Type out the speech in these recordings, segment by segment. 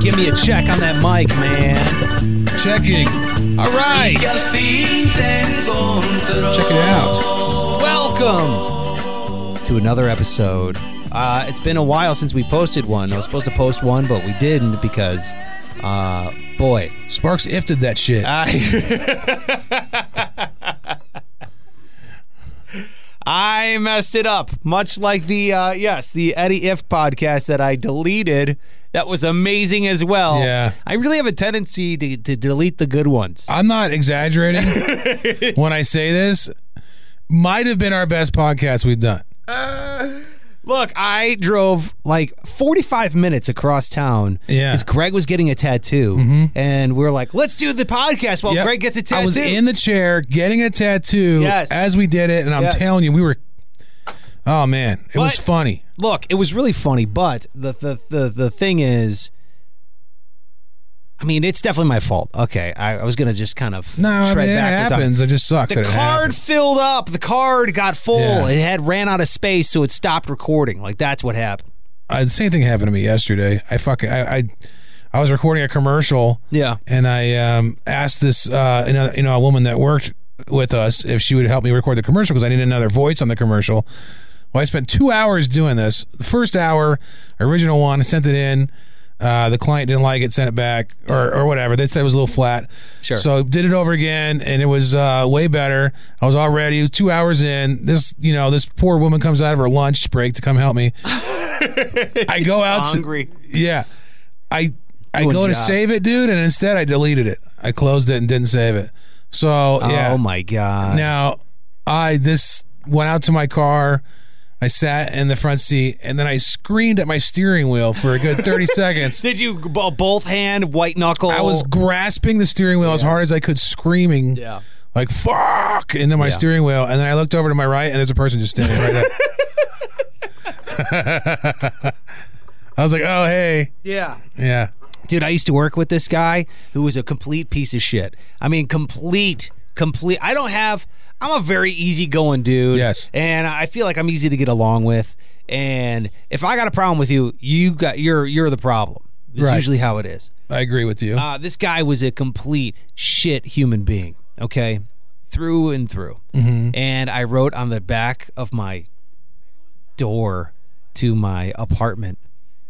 give me a check on that mic, man. Checking. All right. Check it out. Welcome to another episode. Uh, it's been a while since we posted one. I was supposed to post one, but we didn't because, uh, boy, Sparks ifted that shit. I I messed it up, much like the uh, yes, the Eddie If podcast that I deleted. That was amazing as well. Yeah. I really have a tendency to, to delete the good ones. I'm not exaggerating when I say this. Might have been our best podcast we've done. Look, I drove like 45 minutes across town Yeah. Mm-hmm. because Greg was getting a tattoo, and we were like, "Let's do the podcast while Yep. Oh, Greg gets a tattoo." I was in the chair getting a tattoo Yes. as we did it, and I'm Yes. telling you, we were. Oh man, it was But- funny. look, it was really funny, but the the the, the thing is I mean, it's definitely my fault. Okay, I, I was gonna just kind of No, I tread mean, it back and talk- happens. It just sucks. The that it card happened. filled up. The card got full. Yeah. It had ran out of space, so it stopped recording. Like that's what happened. Uh, the same thing happened to me yesterday. I fucking I, I, I was recording a commercial. Yeah. and I um, asked this, uh, you, know, you know, a woman that worked with us if she would help me record the commercial because I needed another voice on the commercial. Well, I spent two hours doing this. The first hour, original one, I sent it in. Uh, the client didn't like it, sent it back, or, or whatever. They said it was a little flat. Sure. So did it over again, and it was uh, way better. I was already two hours in. This, you know, this poor woman comes out of her lunch break to come help me. I go out. to- Hungry. yeah. I I Doing go to job. save it, dude, and instead I deleted it. I closed it and didn't save it. So yeah. Oh my god. Now I this went out to my car. I sat in the front seat and then I screamed at my steering wheel for a good 30 seconds. Did you b- both hand white knuckle? I was grasping the steering wheel as hard as I could, screaming Yeah. like "fuck" into my steering wheel, and then I looked over to my right, and there's a person just standing right there. I was like, "Oh hey, Yeah. yeah." dude i used to work with this guy who was a complete piece of shit i mean complete complete i don't have i'm a very easygoing dude Yes. and i feel like i'm easy to get along with and if i got a problem with you you got you're you're the problem it's Right. usually how it is I agree with you. uh, this guy was a complete shit human being okay through and through Mm-hmm. and i wrote on the back of my door to my apartment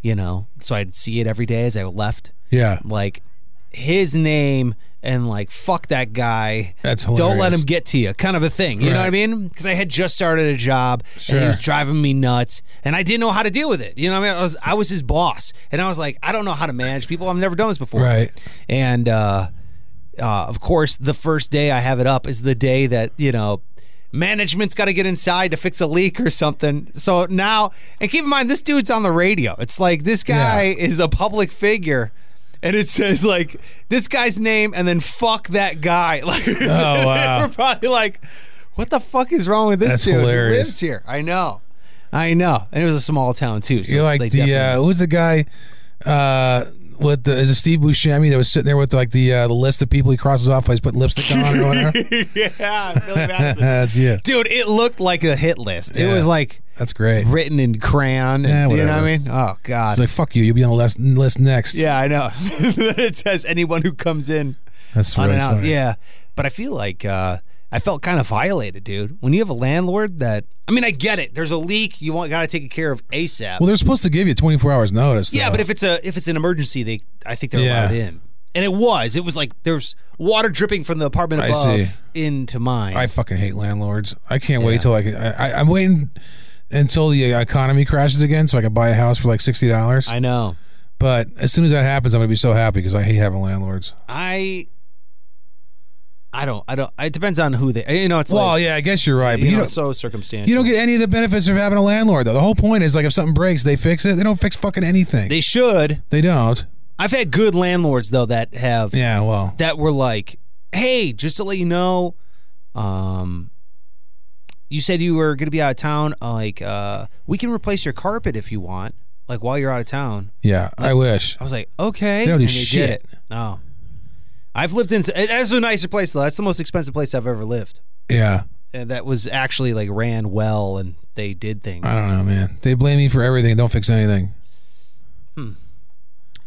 you know so i'd see it every day as i left yeah, like his name and like fuck that guy. That's Don't let hilarious. him get to you, kind of a thing. You know what I Right. mean? Because I had just started a job and he Sure. was driving me nuts, and I didn't know how to deal with it. You know what I mean? I was I was his boss, and I was like, I don't know how to manage people. I've never done this before. Right. And uh, uh, of course, the first day I have it up is the day that you know. Management's got to get inside to fix a leak or something. So now, and keep in mind, this dude's on the radio. It's like this guy Yeah. is a public figure and it says like this guy's name and then fuck that guy like Oh, wow. we're probably like what the fuck is wrong with this That's dude who hilarious. lives here i know i know and it was a small town too so you're they like the definitely- uh, who's the guy uh, with the is it Steve Buscemi that was sitting there with like the uh, the list of people he crosses off by he's putting lipstick on or whatever. yeah Billy Madison. That's yeah, dude it looked like a hit list it Yeah. was like that's great. written in crayon and, Yeah, you know what whatever. i mean oh god Like fuck you, you'll be on the list, list next. yeah i know it says anyone who comes in that's really unannounced. funny. Yeah, but I feel like uh, I felt kind of violated, dude. When you have a landlord that, I mean, I get it. There's a leak. You want got to take it care of ASAP. Well, they're supposed to give you 24 hours notice. yeah, though. but if it's a if it's an emergency, they I think they're Yeah. allowed in. And it was. It was like there's water dripping from the apartment I above see. into mine. I fucking hate landlords. I can't wait till I can. I, I, I'm waiting until the economy crashes again so I can buy a house for like sixty dollars. I know. But as soon as that happens, I'm gonna be so happy because I hate having landlords. I. I don't. I don't. It depends on who they. You know, it's Well, like yeah, I guess you're right. But you, know, don't, it's so circumstantial. you don't get any of the benefits of having a landlord though. The whole point is like if something breaks, they fix it. They don't fix fucking anything. They, They should. don't. I've had good landlords though that have Yeah, well, that were like, "Hey, just to let you know, um, you said you were going to be out of town. uh, Like, uh, we can replace your carpet if you want. Like while you're out of town." yeah. I wish. I was like, "Okay." They don't do and shit. Did it. No, I've lived in. That's a nicer place though. That's the most expensive place I've ever lived. Yeah, And that was actually like ran well, and they Uh, did things. I don't know, man. They blame me for everything. Don't fix anything.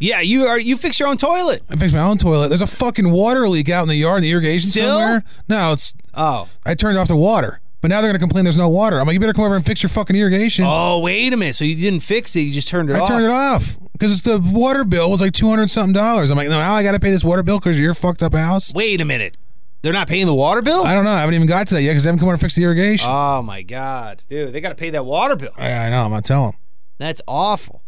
Yeah, you are. You fix your own toilet. I fixed my own toilet. There's a fucking water leak out in the yard, in the irrigation Still? somewhere. No, it's Oh. I turned off the water, but now they're gonna complain there's no water. I'm like, you better come over and fix your fucking irrigation. Oh, wait a minute. So you didn't fix it. You just turned it I off. turned it off because the water bill was like two hundred something dollars. I'm like, no, now I got to pay this water bill because your fucked up house. Wait a minute. They're not paying the water bill? I don't know. I haven't even got to that yet because they haven't come over to fix the irrigation. oh, my God. Dude, they got to pay that water bill. I, I know. I'm not telling. That's awful.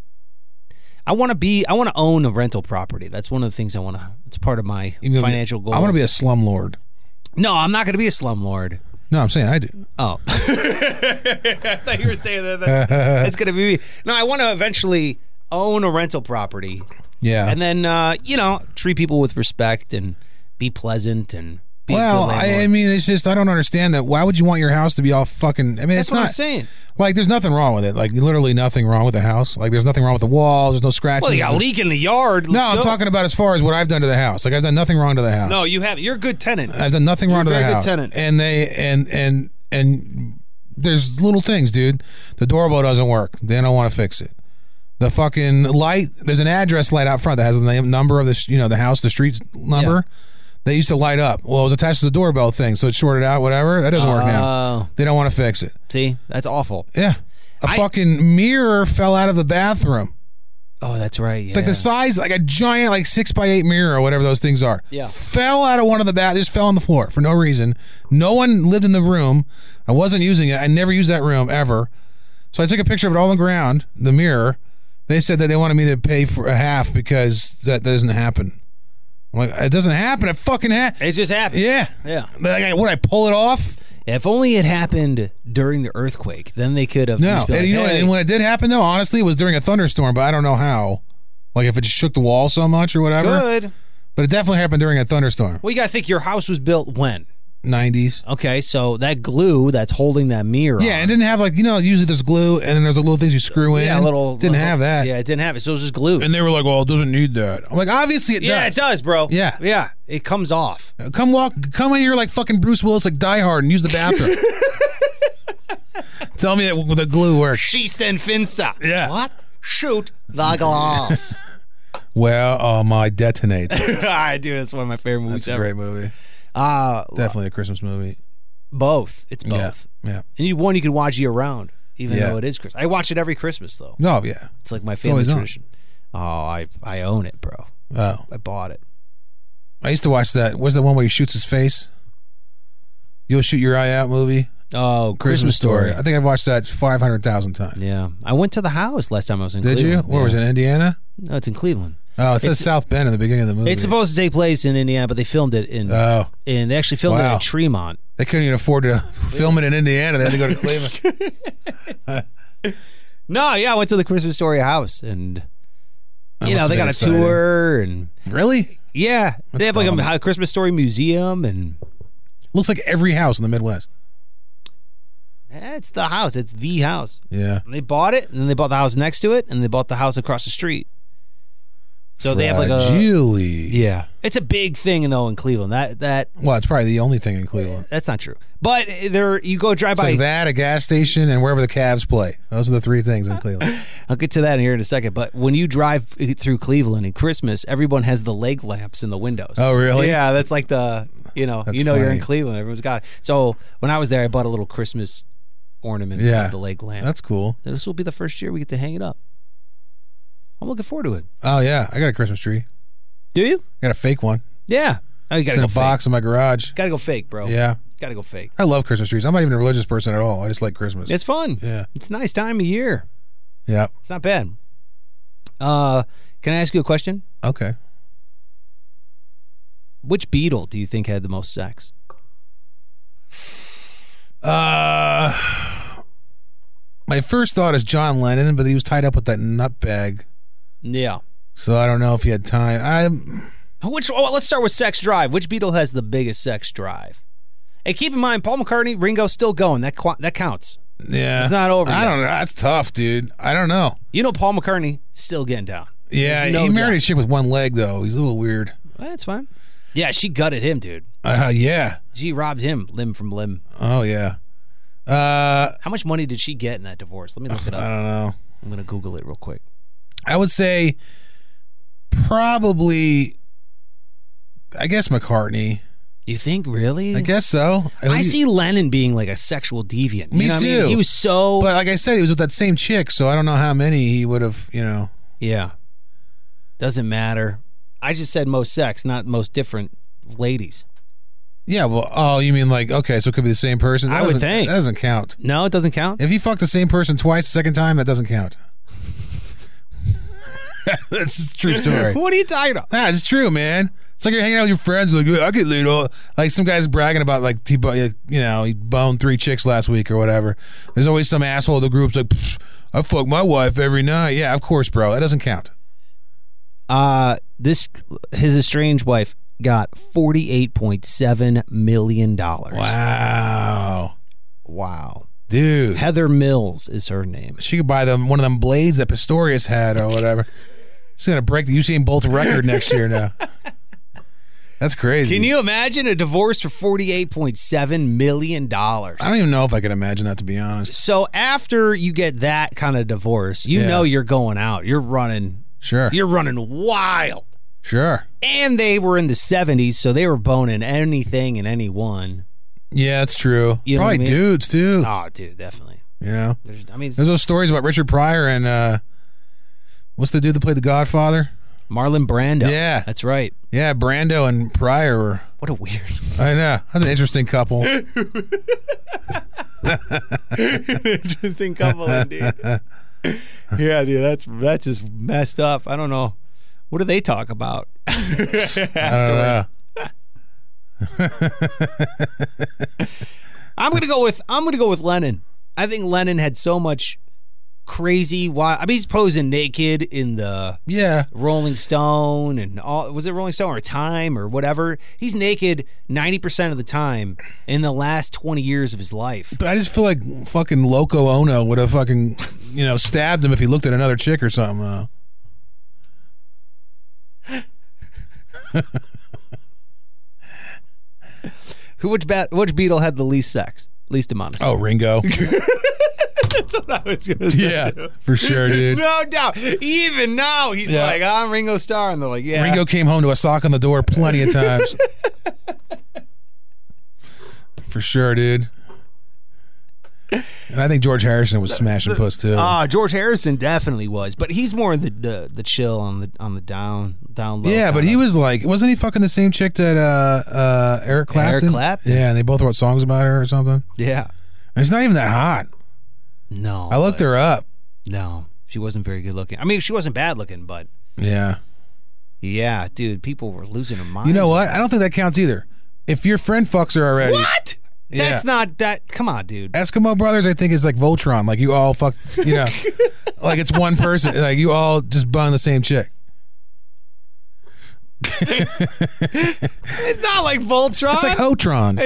I want to be, I want to own a rental property. That's one of the things I want to, it's part of my financial goals. I want to be a slumlord. no, I'm not going to be a slumlord. No, I'm saying I do. Oh. I thought you were saying that. that that's going to be me. No, I want to eventually own a rental property Yeah. and then, uh, you know, treat people with respect and be pleasant and be a good well, I, I landlord. mean, it's just I don't understand that. Why would you want your house to be all fucking? I mean, that's it's what not I'm saying. like there's nothing wrong with it. Like literally nothing wrong with the house. Like there's nothing wrong with the walls. There's no scratches. Well, you got a leak in the yard. no, Let's I'm go. talking about as far as what I've done to the house. Like I've done nothing wrong to the house. No, you haven't. You're a good tenant. I've done nothing wrong to You're a the very good house. tenant. And they and and and there's little things, dude. The doorbell doesn't work. They don't want to fix it. The fucking light. There's an address light out front that has the name, number of the sh- you know the house, the street number. They used to light up. Well, it was attached to the doorbell thing, so it shorted out. Whatever. That doesn't work now. Oh. They don't want to fix it. See, that's awful. Yeah. A I- fucking mirror fell out of the bathroom. Oh, that's right. Yeah. Like the size, like a giant, like six by eight mirror or whatever those things are. Yeah. Fell out of one of the bath, just fell on the floor for no reason. No one lived in the room. I wasn't using it. I never used that room ever. So I took a picture of it all on the ground, the mirror. They said that they wanted me to pay for a half because that doesn't happen. I'm like, it doesn't happen. It fucking ha it just happened. Yeah. Yeah. Like, I- would I pull it off? If only it happened during the earthquake, then they could have. No. just been And like, you know, "Hey." and when it did happen, though, honestly, it was during a thunderstorm, but I don't know how. Like if it just shook the wall so much or whatever. good. But it definitely happened during a thunderstorm. Well, you gotta think your house was built when? 90s. Okay, so that glue that's holding that mirror. Yeah, on- and it didn't have like, you know, usually there's glue and then there's a little things you screw in. yeah, a little Didn't little- have that. Yeah, it didn't have it. So it was just glue. And they were like, well, it doesn't need that. I'm like, obviously it yeah, does. it does, bro. Yeah. yeah, it comes off. Come walk, come in here like fucking Bruce Willis, like Die Hard and use the bathroom. Tell me that the glue works. She sent Finsta. Yeah. What? Shoot the glass. Well, oh my, detonate. It's I do. That's one of my favorite movies a ever. great movie. Uh, Definitely a Christmas movie. both. It's both. Yeah. Yeah. And you one you can watch year round, even Yeah. though it is Christmas. I watch it every Christmas though. No, oh, yeah. It's like my family always on. tradition. Oh, I I own it, bro. Oh. I bought it. I used to watch that. What's the one where he shoots his face? You'll shoot your eye out movie? Oh, Christmas story. I think I've watched that 500,000 times. Yeah, I went to the house last time I was in. Did you? Cleveland. Where was it? Indiana? Yeah. No, it's in Cleveland. Oh, it says South Bend in the beginning of the movie. It's supposed to take place in Indiana, but they filmed it in. oh, and they actually filmed it Wow. in Tremont. they couldn't even afford to film it in Indiana. They had to go to Cleveland. No, yeah, I went to the Christmas Story house, and you must know have they been got a exciting. tour, and really? yeah, they have like dumb. a, a Christmas Story museum, and Looks like every house in the Midwest. eh, it's the house. It's the house. Yeah. And they bought it, and then they bought the house next to it, and they bought the house across the street. So they have like a Julie. yeah. It's a big thing though in Cleveland. That that Well, it's probably the only thing in Cleveland. that's not true. But there you go drive It's by. like that, a gas station, and wherever the Cavs play. Those are the three things in Cleveland. I'll get to that here in a second. But when you drive through Cleveland in Christmas, everyone has the leg lamps in the windows. Oh, really? Yeah, that's like the you know you know you're in funny. Cleveland. Everyone's got it. So when I was there, I bought a little Christmas ornament. Yeah. of the leg lamp. That's cool. this will be the first year we get to hang it up. I'm looking forward to it. Oh yeah, I got a Christmas tree. Do you? I got a fake one. Yeah. Oh, you It's gotta in go a fake. box in my garage. Gotta go fake, bro. Yeah, Gotta go fake. I love Christmas trees. I'm not even a religious person at all. I just like Christmas. It's fun. yeah, It's a nice time of year. yeah. It's not bad. Uh, can I ask you a question? Okay. Which beetle do you think had the most sex? Uh, my first thought is John Lennon, but he was tied up with that nutbag, Yeah. so I don't know if he had time. I Which? Oh, let's start with sex drive. Which beetle has the biggest sex drive? And keep in mind, Paul McCartney, Ringo's still going. That qu- that counts. yeah, It's not over I yet. don't know. That's tough, dude. I don't know. You know, Paul McCartney still getting down. Yeah, There's no he married doubt. a chick with one leg though. He's a little weird. Well, that's fine. Yeah, she gutted him, dude. Uh, yeah. She robbed him limb from limb. Oh yeah. Uh, How much money did she get in that divorce? Let me look it I up. don't know. I'm gonna Google it real quick. I would say probably, I guess McCartney. You think really? I guess so. Hmm. I see Lennon being like a sexual deviant. You Me know what I mean? too. He was so But like I said, he was with that same chick, so I don't know how many he would have. You know, yeah. Doesn't matter. I just said most sex, not most different ladies. yeah. Well, oh, you mean like okay, so it could be the same person. That I would doesn't- think. that doesn't count. No, it doesn't count. If you fuck the same person twice the second time, that doesn't count. That's a true story. What are you talking about? Nah, it's true, man. It's like you're hanging out with your friends. Like, "Yeah, I get laid all. Like some guys bragging about like he, bu- you know, he boned three chicks last week or whatever. There's always some asshole in the group's like, "Pfft, I fuck my wife every night. Yeah, of course, bro. That doesn't count. Uh this his estranged wife got forty eight point seven million dollars. Wow, Wow. dude. Heather Mills is her name. She could buy them one of them blades that Pistorius had or whatever. She's gonna break the Usain Bolt record next year now. That's crazy. Can you imagine a divorce for forty eight point seven million dollars? I don't even know if I could imagine that to be honest. So after you get that kind of divorce, you Yeah. know you're going out. You're running. Sure, You're running wild. sure. And they were in the 70s, so they were boning anything and anyone. Yeah, that's true. You know what Probably I mean? dudes too. Oh, dude, definitely. You know, There's, I mean, there's those stories about Richard Pryor and uh, what's the dude that played The Godfather? Marlon Brando. Yeah. That's right. Yeah, Brando and Pryor. Were, What a weird. I know that's an interesting couple. Interesting couple, indeed. yeah, dude, that's that's just messed up. I don't know. What do they talk about? I don't know. I'm gonna go with I'm gonna go with Lennon. I think Lennon had so much crazy. Wild, I mean, he's posing naked in the Yeah, Rolling Stone and all. Was it Rolling Stone or Time or whatever? He's naked ninety percent of the time in the last twenty years of his life. but I just feel like fucking Loco Ono would have fucking you know stabbed him if he looked at another chick or something. Uh, Who which bat, which Beatle had the least sex? Least amount of sex. oh, Ringo. That's what I was gonna say. yeah, for sure, dude. No doubt. Even now, he's Yeah. like, I'm Ringo Starr, and they're like, Yeah, Ringo came home to a sock on the door plenty of times. For sure, dude. And I think George Harrison was smashing puss too. Ah, George Harrison definitely was, but he's more in the, the the chill on the on the down down low. yeah, but kinda. he was like, wasn't he fucking the same chick that uh, uh, Eric Clapton? Eric Clapton. Yeah, and they both wrote songs about her or something. yeah. And it's not even that hot. No, I looked her up. No, she wasn't very good looking. I mean, she wasn't bad looking, but Yeah. yeah, dude, people were losing their minds. You know what? I don't think that counts either. If your friend fucks her already, What? Yeah. That's not that. Come on, dude. Eskimo Brothers, I think, is like Voltron. Like you all fuck, you know, like it's one person. Like you all just bun the same chick. It's not like oh, Voltron. It's like Otron.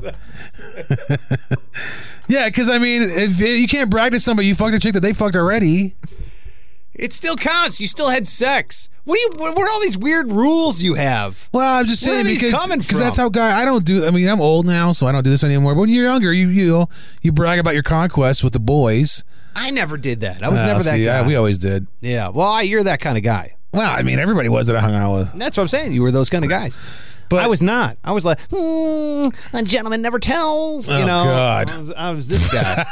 Yeah, because I mean, if if you can't brag to somebody you fucked a chick that they fucked already. it still counts. You still had sex. What do you? What what are all these weird rules you have? Well, I'm just Where saying are these because coming because that's from? how guy. I don't do. I mean, I'm old now, so I don't do this anymore. But when you're younger, you you you brag about your conquests with the boys. I never did that. I was Uh, never that see, guy. I- we always did. yeah. Well, I, you're that kind of guy. Well, I mean, everybody was that I hung out with. That's what I'm saying. You were those kind of guys. But I was not. I was like, hmm, a gentleman never tells. You Oh, know, God. I was, I was this guy.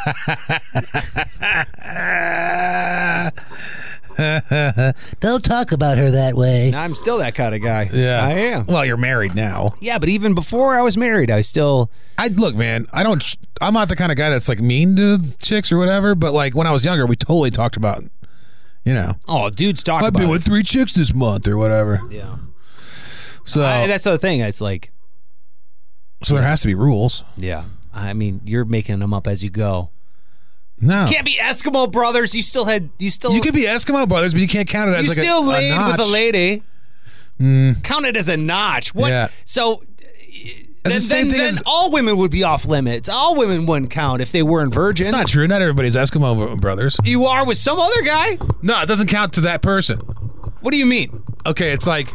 Uh, Don't talk about her that way. now I'm still that kind of guy. Yeah, I am. Well, you're married now. Yeah, but even before I was married, I still I look, man. I don't. I'm not the kind of guy that's like mean to chicks or whatever. But like when I was younger, we totally talked about, you know, oh, dudes talk I've about been it. with three chicks this month or whatever. yeah. So I, that's the thing. It's like, so there has to be rules. yeah. I mean, you're making them up as you go. No, Can't be Eskimo brothers. You still had. You still. you could be Eskimo brothers, but you can't count it as you like a- still a, laid with notch. Hmm. a lady. Count it as a notch. What? Yeah. So. Then, the same then, thing then as- all women would be off limits. All women wouldn't count if they weren't virgins. It's not true. Not everybody's Eskimo brothers. you are with some other guy. No, it doesn't count to that person. What do you mean? Okay, it's like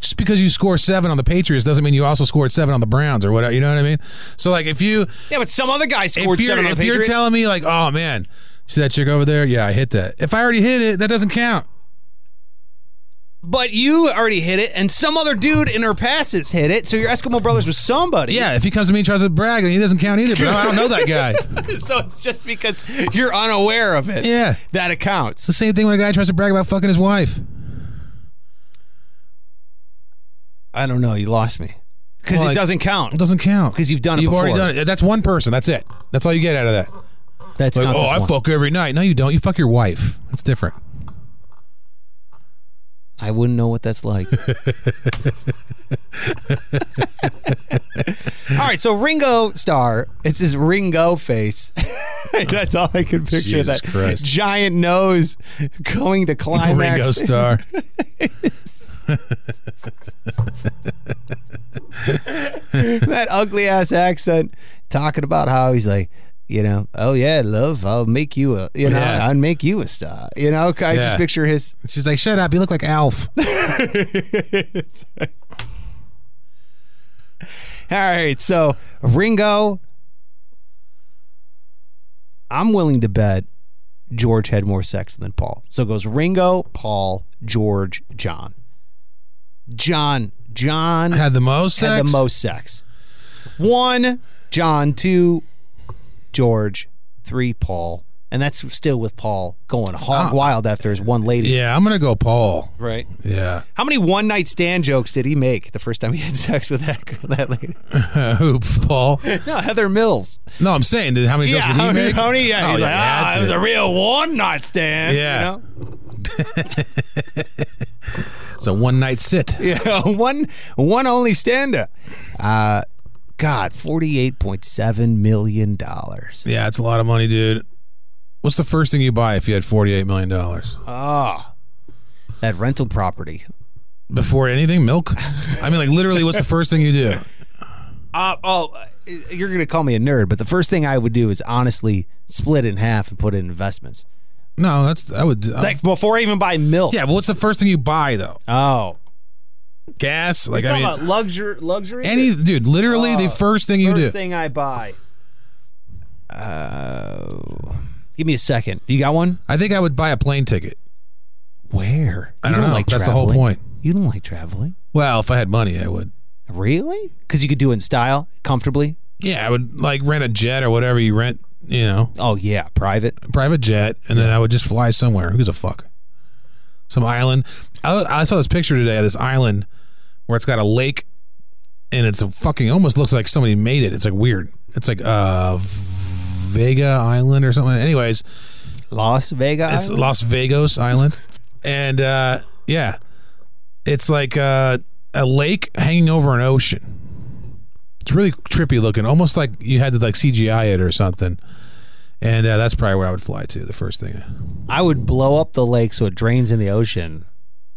just because you score seven on the Patriots doesn't mean you also scored seven on the Browns or whatever. You know what I mean? So like if you Yeah, but some other guy if scored you're, seven on the if you're Patriots. telling me like, oh man, See that chick over there? Yeah, I hit that. If I already hit it, that doesn't count. But you already hit it, and some other dude in her passes hit it. So your Eskimo brothers was somebody. Yeah, if he comes to me and tries to brag, he doesn't count either. But I don't know that guy. It's so it's just because you're unaware of it. Yeah. That it counts. the same thing when a guy tries to brag about fucking his wife. I don't know. You lost me because Well, it like- doesn't count. It doesn't count 'Cause you've done it You've already before. done it. That's one person. That's it. That's all you get out of that. That's Like, counts oh, as I one. fuck every night. No, you don't. You fuck your wife. That's different. I wouldn't know what that's like. all right, so Ringo Star, it's his Ringo face. that's all I can picture. Jesus that Christ. giant nose going to climax. Ringo Star. that ugly ass accent talking about how he's like you know oh yeah love i'll make you a you know Yeah. i'll make you a star you know i Yeah. just picture his She's like, shut up. You look like Alf. all right so ringo i'm willing to bet george had more sex than paul so it goes ringo paul george john john john Had the most sex. had the most sex. One, John. Two, George. Three, Paul. And that's still with Paul going hog wild after his one lady. Yeah, I'm gonna go Paul. Right. Yeah. How many one night stand jokes did he make the first time he had sex with that girl, that lady? Who Paul? No, Heather Mills. No, I'm saying that how many jokes yeah, did he how many- make? how many- Yeah, Oh, he's like, yeah, ah, that's it was it. a real one night stand. you Yeah. know? It's a one night sit. Yeah, one one only stander. Uh, God, forty eight point seven million dollars. Yeah, it's a lot of money, dude. What's the first thing you buy if you had forty eight million dollars? Oh, that rental property. Before anything, milk? I mean like literally what's the first thing you do? Uh, oh, uh, you're going to call me a nerd, but the first thing I would do is honestly split in half and put in investments. No, that's I would I- Like before I even buy milk. Yeah, but what's the first thing you buy though? Oh. Gas? Like I mean luxury, luxury. any dude, literally the first thing you do. thing I buy. Oh. Give me a second. You got one? I think I would buy a plane ticket. Where? I don't, know. that's the whole point. You don't like traveling. Well, if I had money, I would. Really? Because you could do it in style, comfortably. Yeah, I would like rent a jet or whatever you rent, you know. Oh, yeah. Private. private jet, and then I would just fly somewhere. Who gives a fuck? Some island. I, I saw this picture today of this island where it's got a lake, and it's a fucking almost looks like somebody made it. It's like weird. It's like uh, Vega Island or something. Anyways, Las Vegas. it's Las Vegas Island, and uh, yeah, it's like uh, a lake hanging over an ocean. It's really trippy looking, almost like you had to like CGI it or something. And uh, that's probably where I would fly to the first thing. I would blow up the lake so it drains in the ocean.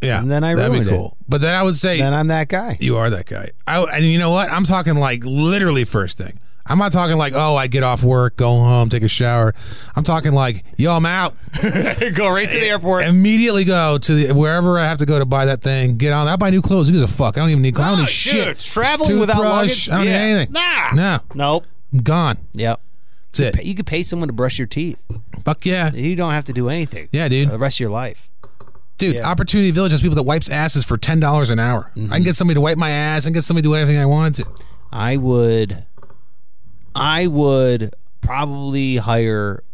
Yeah, And then I that'd be ruined it. cool. But then I would say Then I'm that guy. you are that guy. I and you know what? I'm talking like literally first thing. I'm not talking like oh I get off work, go home, take a shower. I'm talking like yo I'm out. Go right to the airport. Immediately go to the, wherever I have to go to buy that thing. Get on. I buy new clothes. Who gives a fuck? I don't even need clothes. I don't need Oh, shit. dude, traveling without Toothbrush. luggage? I don't Yeah. need anything. Nah. No, Nope. I'm gone. Yep. That's it. You could pay someone to brush your teeth. Fuck yeah, You don't have to do anything. yeah, dude. The rest of your life. Dude, Opportunity Village has people that wipes asses for ten dollars an hour. I can get somebody to wipe my ass. I can get somebody to do anything I wanted to. I would. I would probably hire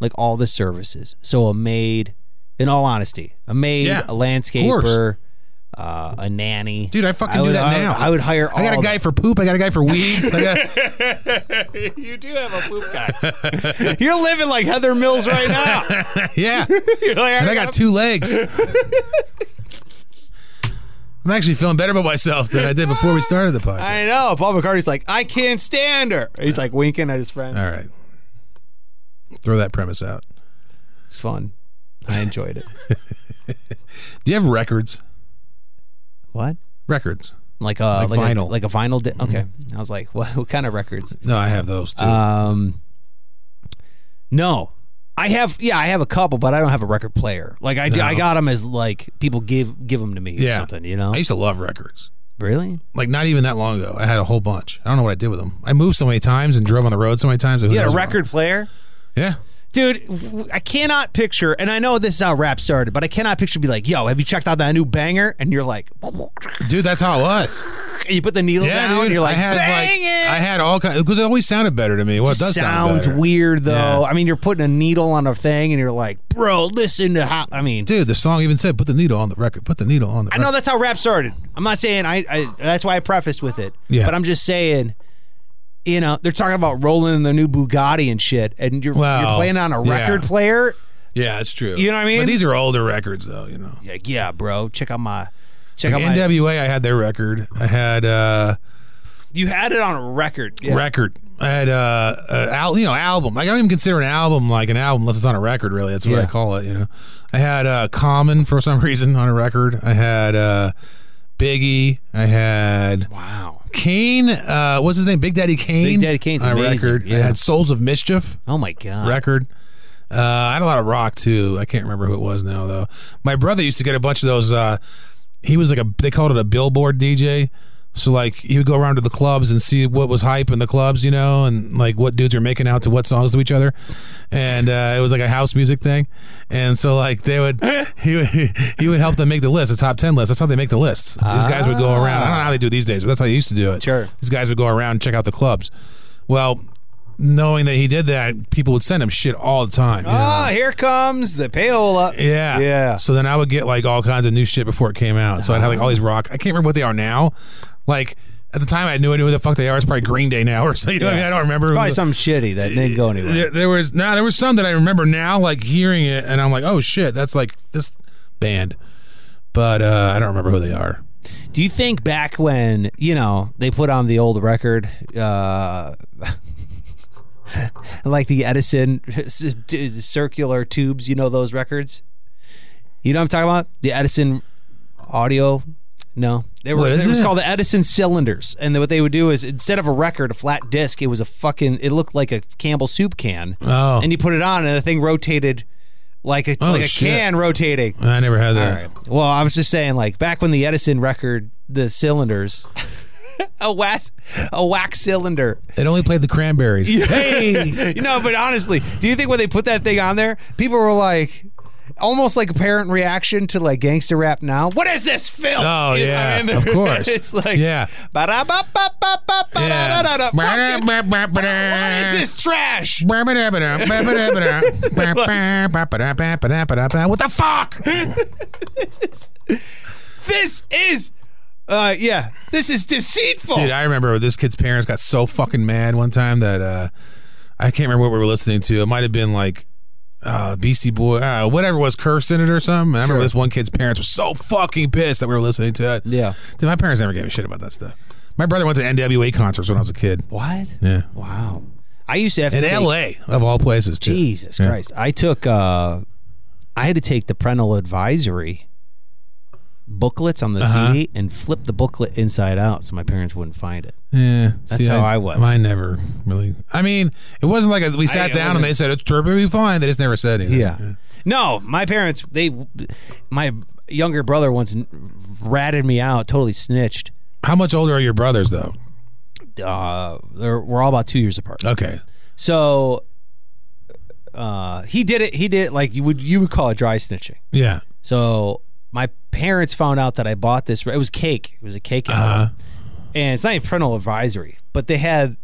like all the services. So a maid. In all honesty, a maid, Yeah, a of course. landscaper, uh, a nanny. Dude, I fucking I do would- that I would- now. I would hire I got all a guy for poop. I got a guy for weeds. I got, you do have a poop guy. You're living like Heather Mills right now. yeah, You're like, and I got two legs. I'm actually feeling better about myself than I did before we started the podcast. I know. Paul McCartney's like, I can't stand her. He's like winking at his friend. All right, throw that premise out. It's fun. I enjoyed it. Do you have records? what? Records? Like a Like vinyl. Mm-hmm. a, like a vinyl. Di- okay. I was like, what, what kind of records? No, I have those too. Um, no, I have. Yeah, I have a couple, but I don't have a record player. Like I, do, I No. got them as like people give give them to me or Yeah. something. You know? I used to love records. really? Like not even that long ago, I had a whole bunch. I don't know what I did with them. I moved so many times and drove on the road so many times. that who You had a knows what- record player? Yeah. Dude, w- I cannot picture, and I know this is how rap started, but I cannot picture be like, "Yo, have you checked out that new banger?" And you're like, dude. That's how it was. and you put the needle Yeah, down, dude. and you're like, I had "Bang like it!" I had all kind because it always sounded better to me. Well, it does sound sounds better. weird though. Yeah. I mean, you're putting a needle on a thing, and you're like, "Bro, listen to how." I mean, dude. The song even said, "Put the needle on the record. Put the needle on the." I know that's how rap started. I'm not saying I, I that's why I prefaced with it. Yeah. But I'm just saying, you know, they're talking about rolling in the new Bugatti and shit, and you're you're Well, playing on a yeah. record player. Yeah, it's true. You know what I mean? But these are older records, though. You know, You're like, yeah, bro, check out my check Like, out my. NWA. I had their record. I had uh you had it on a record. Yeah. record. I had uh, uh al- you know album. Like, I don't even consider an album like an album unless it's on a record. Really, that's what Yeah. I call it. You know, I had uh Common for some reason on a record. I had uh Biggie. I had Wow. Kane. Uh, what's his name? Big Daddy Kane. Big Daddy Kane's on a amazing, record. I yeah. had Souls of Mischief Oh my god. record. Uh, I had a lot of rock too. I can't remember who it was now though. My brother used to get a bunch of those. Uh, he was like a they called it a billboard DJ. So like he would go around to the clubs and see what was hype in the clubs, you know, and like what dudes are making out to what songs to each other, and uh, it was like a house music thing, and so like they would he would, he would help them make the list, the top ten list. That's how they make the lists. These guys would go around. I don't know how they do it these days, but that's how they used to do it. Sure. these guys would go around and check out the clubs. Well, knowing that he did that, people would send him shit all the time. you know? Ah, here comes the payola. Yeah. Yeah. So then I would get like all kinds of new shit before it came out. So I'd have like Ah. all these rock. I can't remember what they are now. Like at the time, I knew I knew who the fuck they are. It's probably Green Day now or something. You know what I mean? I don't remember. who Probably the- something shitty that didn't go anywhere. there, there was now there was some that I remember now, like hearing it, and I'm like, oh shit, that's like this band. But uh, I don't remember who they are. Do you think back when you know they put on the old record, uh, like the Edison s- t- circular tubes? You know those records. You know what I'm talking about? The Edison audio. No, they were. What is it was it? called the Edison cylinders, and what they would do is instead of a record, a flat disc, it was a fucking. It looked like a Campbell soup can, Oh, and you put it on, and the thing rotated like a Oh, like a shit. can rotating. I never had that. Well, I was just saying, like back when the Edison record, the cylinders, a wax, a wax cylinder. It only played the Cranberries. Hey, You know, but honestly, do you think when they put that thing on there, people were like, almost like a parent reaction to like gangster rap now? What is this film? Oh, yeah, of course. it's like Yeah. ba-da-ba-ba-ba-ba-da-da-da-da. Fuck it. What yeah. is this trash? What the fuck? This is, uh, yeah, this is deceitful. Dude, I remember this kid's parents got so fucking mad one time that uh, I can't remember what we were listening to. It might have been like uh, BC Boy, uh, whatever was cursed in it or something. I remember this one kid's parents were so fucking pissed that we were listening to it. Yeah. Dude, my parents never gave a shit about that stuff. My brother went to NWA concerts when I was a kid. what? Yeah. Wow. I used to have In to take- LA, of all places, too. Jesus Yeah. Christ. I took uh I had to take the parental advisory booklets on the Uh-huh. CD and flip the booklet inside out so my parents wouldn't find it. Yeah, That's how I was. I never really. I mean, it wasn't like we sat it down and they said it's perfectly fine. They just never said anything. Yeah. No, my parents they my younger brother once ratted me out, totally snitched. How much older are your brothers though? Uh, they're, we're all about 2 years apart. Okay. So uh he did it he did it like you would you would call it dry snitching. Yeah. So my parents found out that I bought this. It was cake. It was a cake album, Uh, and it's not even parental advisory. But they had.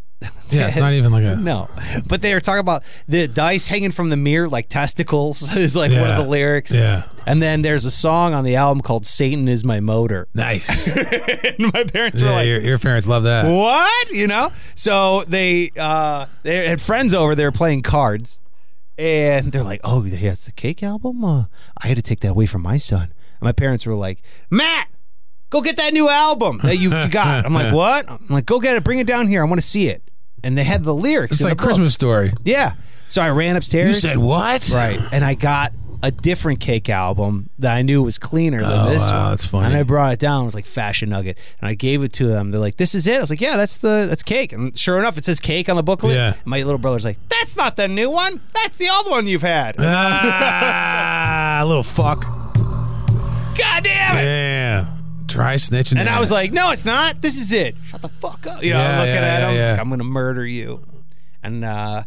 yeah. It's not even like a. No, but they were talking about the dice hanging from the mirror like testicles is like one Yeah. of the lyrics. Yeah. And then there's a song on the album called "Satan Is My Motor," Nice. and my parents were yeah. like, your, your parents love that. what you know so they uh they had friends over they were playing cards and they're like oh yeah it's the cake album uh, i had to take that away from my son and my parents were like matt go get that new album that you got i'm like what i'm like go get it bring it down here i want to see it and they had the lyrics It's in like the book. Christmas story. yeah so i ran upstairs what? right and i got a different cake album that I knew was cleaner than Oh this wow, one. that's funny. And I brought it down. It was like fashion nugget, and I gave it to them. They're like, "This is it." I was like, "Yeah, that's the that's cake." And sure enough, it says cake on the booklet. Yeah. My little brother's like, "That's not the new one. That's the old one you've had." Uh, God ah, little fuck. damn it! Yeah. Try snitching. And I ass. was like, "No, it's not. This is it. Shut the fuck up." You know, Yeah, I'm looking yeah, at yeah, him. yeah. Like, I'm gonna murder you. And uh,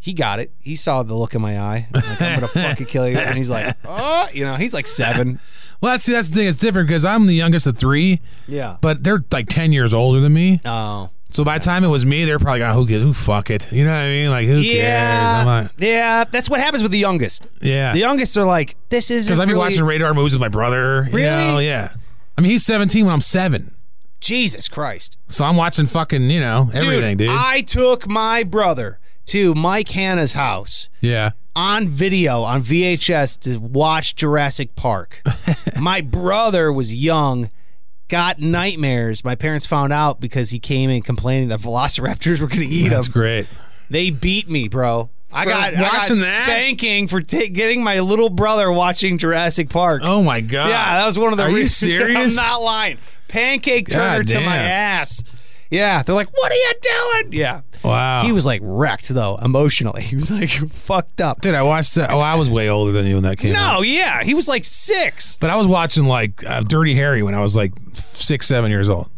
he got it. He saw the look in my eye. I'm, like, I'm gonna fucking kill you. And he's like, oh, you know, he's like seven. Well, that's, see, that's the thing. It's different because I'm the youngest of three, Yeah. but they're like ten years older than me. Oh. So by the time it was me, they're probably like, oh, who gives? Who fuck it? You know what I mean? Like who Yeah. cares? I'm like, yeah. That's what happens with the youngest. yeah. The youngest are like, this is Because I've really, been watching radar movies with my brother. you Really? know, yeah. I mean, he's 17 when I'm seven. Jesus Christ. So I'm watching fucking, you know, everything, dude. I took my brother to Mike Hanna's house yeah. on video on VHS to watch Jurassic Park. my brother was young, got nightmares. My parents found out because he came in complaining that velociraptors were going to eat That's him. great. They beat me, bro. I got, I got watching that? spanking for ta getting my little brother watching Jurassic Park. Oh my God. Yeah, that was one of the. Are you reasons- serious? I'm not lying. Pancake Turner God to my damn. ass. Yeah, they're like, "What are you doing?" Yeah, Wow. he was like wrecked though emotionally. He was like fucked up. Dude, I watched that. Oh, I was way older than you when that came out. No, yeah, he was like six. But I was watching like uh, Dirty Harry when I was like six, seven years old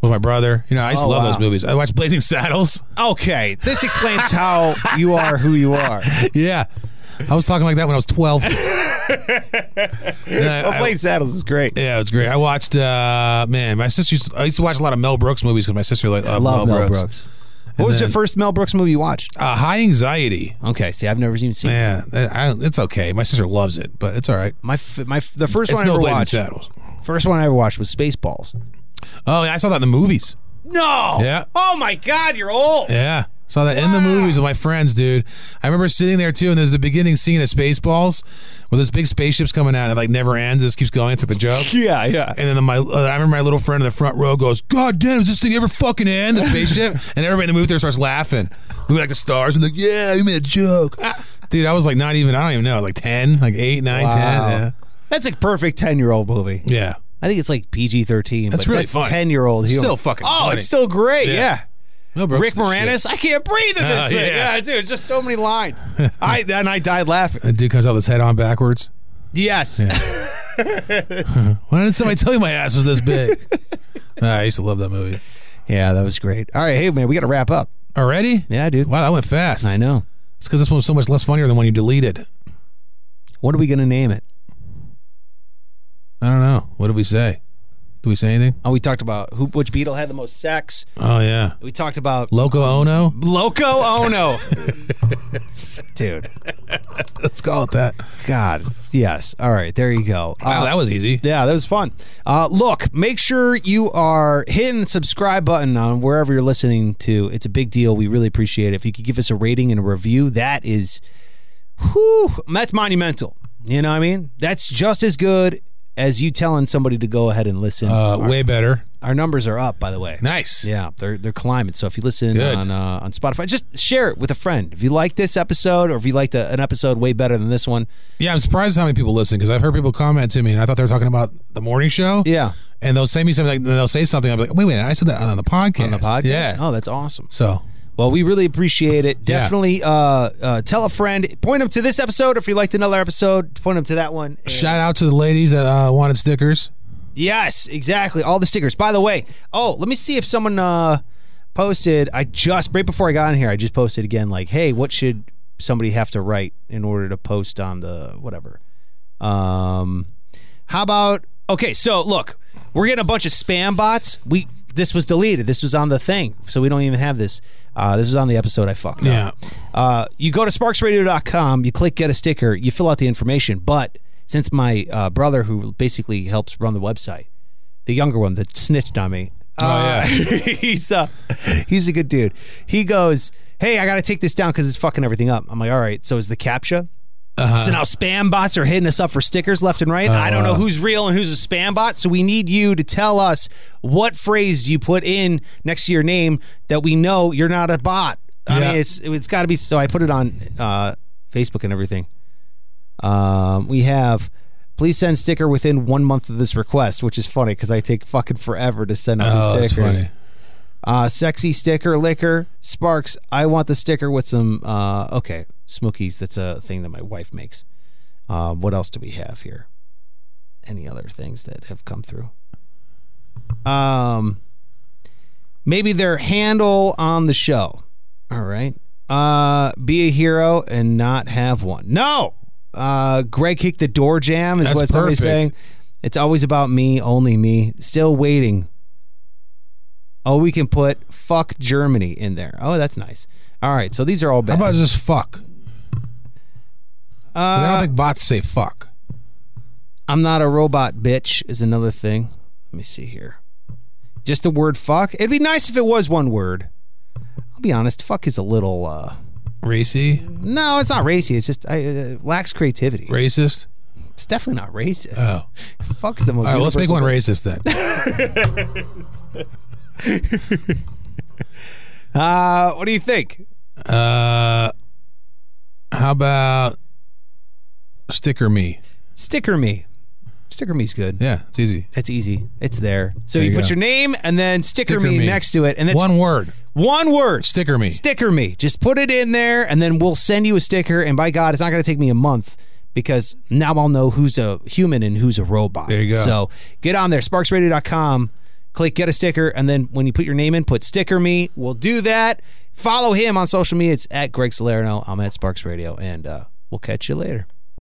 with my brother. You know, I used Oh, to love wow. those movies. I watched Blazing Saddles. Okay, this explains how you are who you are. yeah. I was talking like that when I was 12. And I- Oh, I- Blade Saddles is great. Yeah, it was great. I watched, uh, man, my sister used to, I used to watch a lot of Mel Brooks movies because my sister like uh, I love loved Mel Brooks. What was then- the first Mel Brooks movie you watched? Uh, High Anxiety. Okay, see, I've never even seen. it. Yeah, I, I, it's okay. My sister loves it, but it's all right. My f- my f- the first It's one I no ever Blazing watched. Saddles. First one I ever watched was Spaceballs. Oh, yeah, I saw that in the movies. No. Yeah. Oh my God, you're old. Yeah. Saw that in the movies with my friends, dude. I remember sitting there too, and there's the beginning scene of Spaceballs where this big spaceship's coming out, and it like never ends. It just keeps going. It's like the joke. Yeah, yeah. And then my, uh, I remember my little friend in the front row goes, "God damn, does this thing ever fucking end?" The spaceship, and everybody in the movie theater starts laughing. We were like the stars, and like, "Yeah, you made a joke, dude." I was like, not even, I don't even know, like ten, like eight, nine, ten. Wow. That's a perfect ten-year-old movie. Yeah, yeah. I think it's like PG thirteen. That's but really that's fun. Ten-year-old humor. Still fucking Oh, funny. it's still great. Yeah. Mel Brooks Rick is the shit. Moranis, I can't breathe in this Uh, thing. yeah. Yeah. dude, just so many lines. I and I died laughing. That dude comes out with his head on backwards. Yes. Why didn't somebody tell you my ass was this big? Ah, I used to love that movie. yeah, that was great. All right, hey man, we got to wrap up. Already? Yeah, dude. Wow, that went fast. I know. It's because this one was so much less funnier than when you deleted. What are we gonna name it? I don't know. What did we say? Did we say anything? Oh, we talked about who, which Beatle had the most sex. Oh yeah, We talked about Loco Ono. Loco Ono. dude, Let's call it that. God, yes. All right, there you go. Wow, that was easy. Yeah, that was fun. Uh, look, make sure you are hitting the subscribe button on wherever you're listening to. It's a big deal. We really appreciate it. If you could give us a rating and a review, that is, whew, that's monumental. You know what I mean? That's just as good as you telling somebody to go ahead and listen. Uh, way better. Our numbers are up, by the way. Nice. Yeah, they're they're climbing. So if you listen Good. on uh, on Spotify, just share it with a friend. If you like this episode, or if you liked a, an episode way better than this one, Yeah, I'm surprised how many people listen because I've heard people comment to me and I thought they were talking about the morning show. yeah, And they'll say me something like they'll say something. I'm like, wait, wait, I said that on the podcast. on the podcast. Yeah. Oh, that's awesome. So Well, we really appreciate it. Definitely uh, uh, tell a friend. Point them to this episode. If you liked another episode, point them to that one. And- shout out to the ladies that uh, wanted stickers. yes, exactly. All the stickers. By the way, oh, let me see if someone uh, posted. I just, right before I got in here, I just posted again, like, hey, what should somebody have to write in order to post on the whatever? Um, how about, okay, so look, we're getting a bunch of spam bots. We. This was deleted. This was on the thing, so we don't even have this. Uh, this was on the episode I fucked up. Uh, you go to sparksradio.com, you click get a sticker, you fill out the information. But since my uh, brother, who basically helps run the website, the younger one that snitched on me, uh, yeah. he's uh, he's a good dude. He goes, "Hey, I got to take this down because it's fucking everything up." I'm like, "All right." So is the captcha? Uh-huh. So now spam bots are hitting us up for stickers left and right. I don't know who's real and who's a spam bot. So we need you to tell us what phrase you put in next to your name that we know you're not a bot. I Yeah. mean, it's it's got to be. So I put it on uh, Facebook and everything. Um, we have. Please send sticker within one month of this request, which is funny because I take fucking forever to send out Oh, these that's stickers. funny. Uh, sexy sticker liquor sparks. I want the sticker with some. Uh, okay, Smokies. That's a thing that my wife makes. Um, what else do we have here? Any other things that have come through? Um, maybe their handle on the show. All right. Uh, be a hero and not have one. No. Uh, Greg kicked the door jam is That's what somebody's perfect. saying. It's always about me, only me. Still waiting. Oh, we can put fuck Germany in there. Oh, that's nice. All right, so these are all How bad. about just fuck? 'Cause I Uh, don't think bots say fuck. I'm not a robot, bitch, is another thing. Let me see here. Just the word fuck. It'd be nice if it was one word. I'll be honest, fuck is a little. uh Racy, No, it's not racy. It's just I, uh, lacks creativity. racist. It's definitely not racist. Oh, Fuck's the most. all right. Let's make universal one thing. racist then. Uh, what do you think? Uh, how about sticker me? Sticker me. Sticker me's good. Yeah, it's easy. It's easy. It's there. So There you, you put go. your name and then sticker, Sticker me, me. next to it, and that's one, One word. word. Sticker me. Sticker me. Just put it in there, and then we'll send you a sticker. And by God, it's not going to take me a month because now I'll know who's a human and who's a robot. There you go. So get on there, sparksradio.com, click get a sticker, and then when you put your name in, put sticker me. We'll do that. Follow him on social media. It's at Greg Salerno. I'm at Sparks Radio, and uh, we'll catch you later.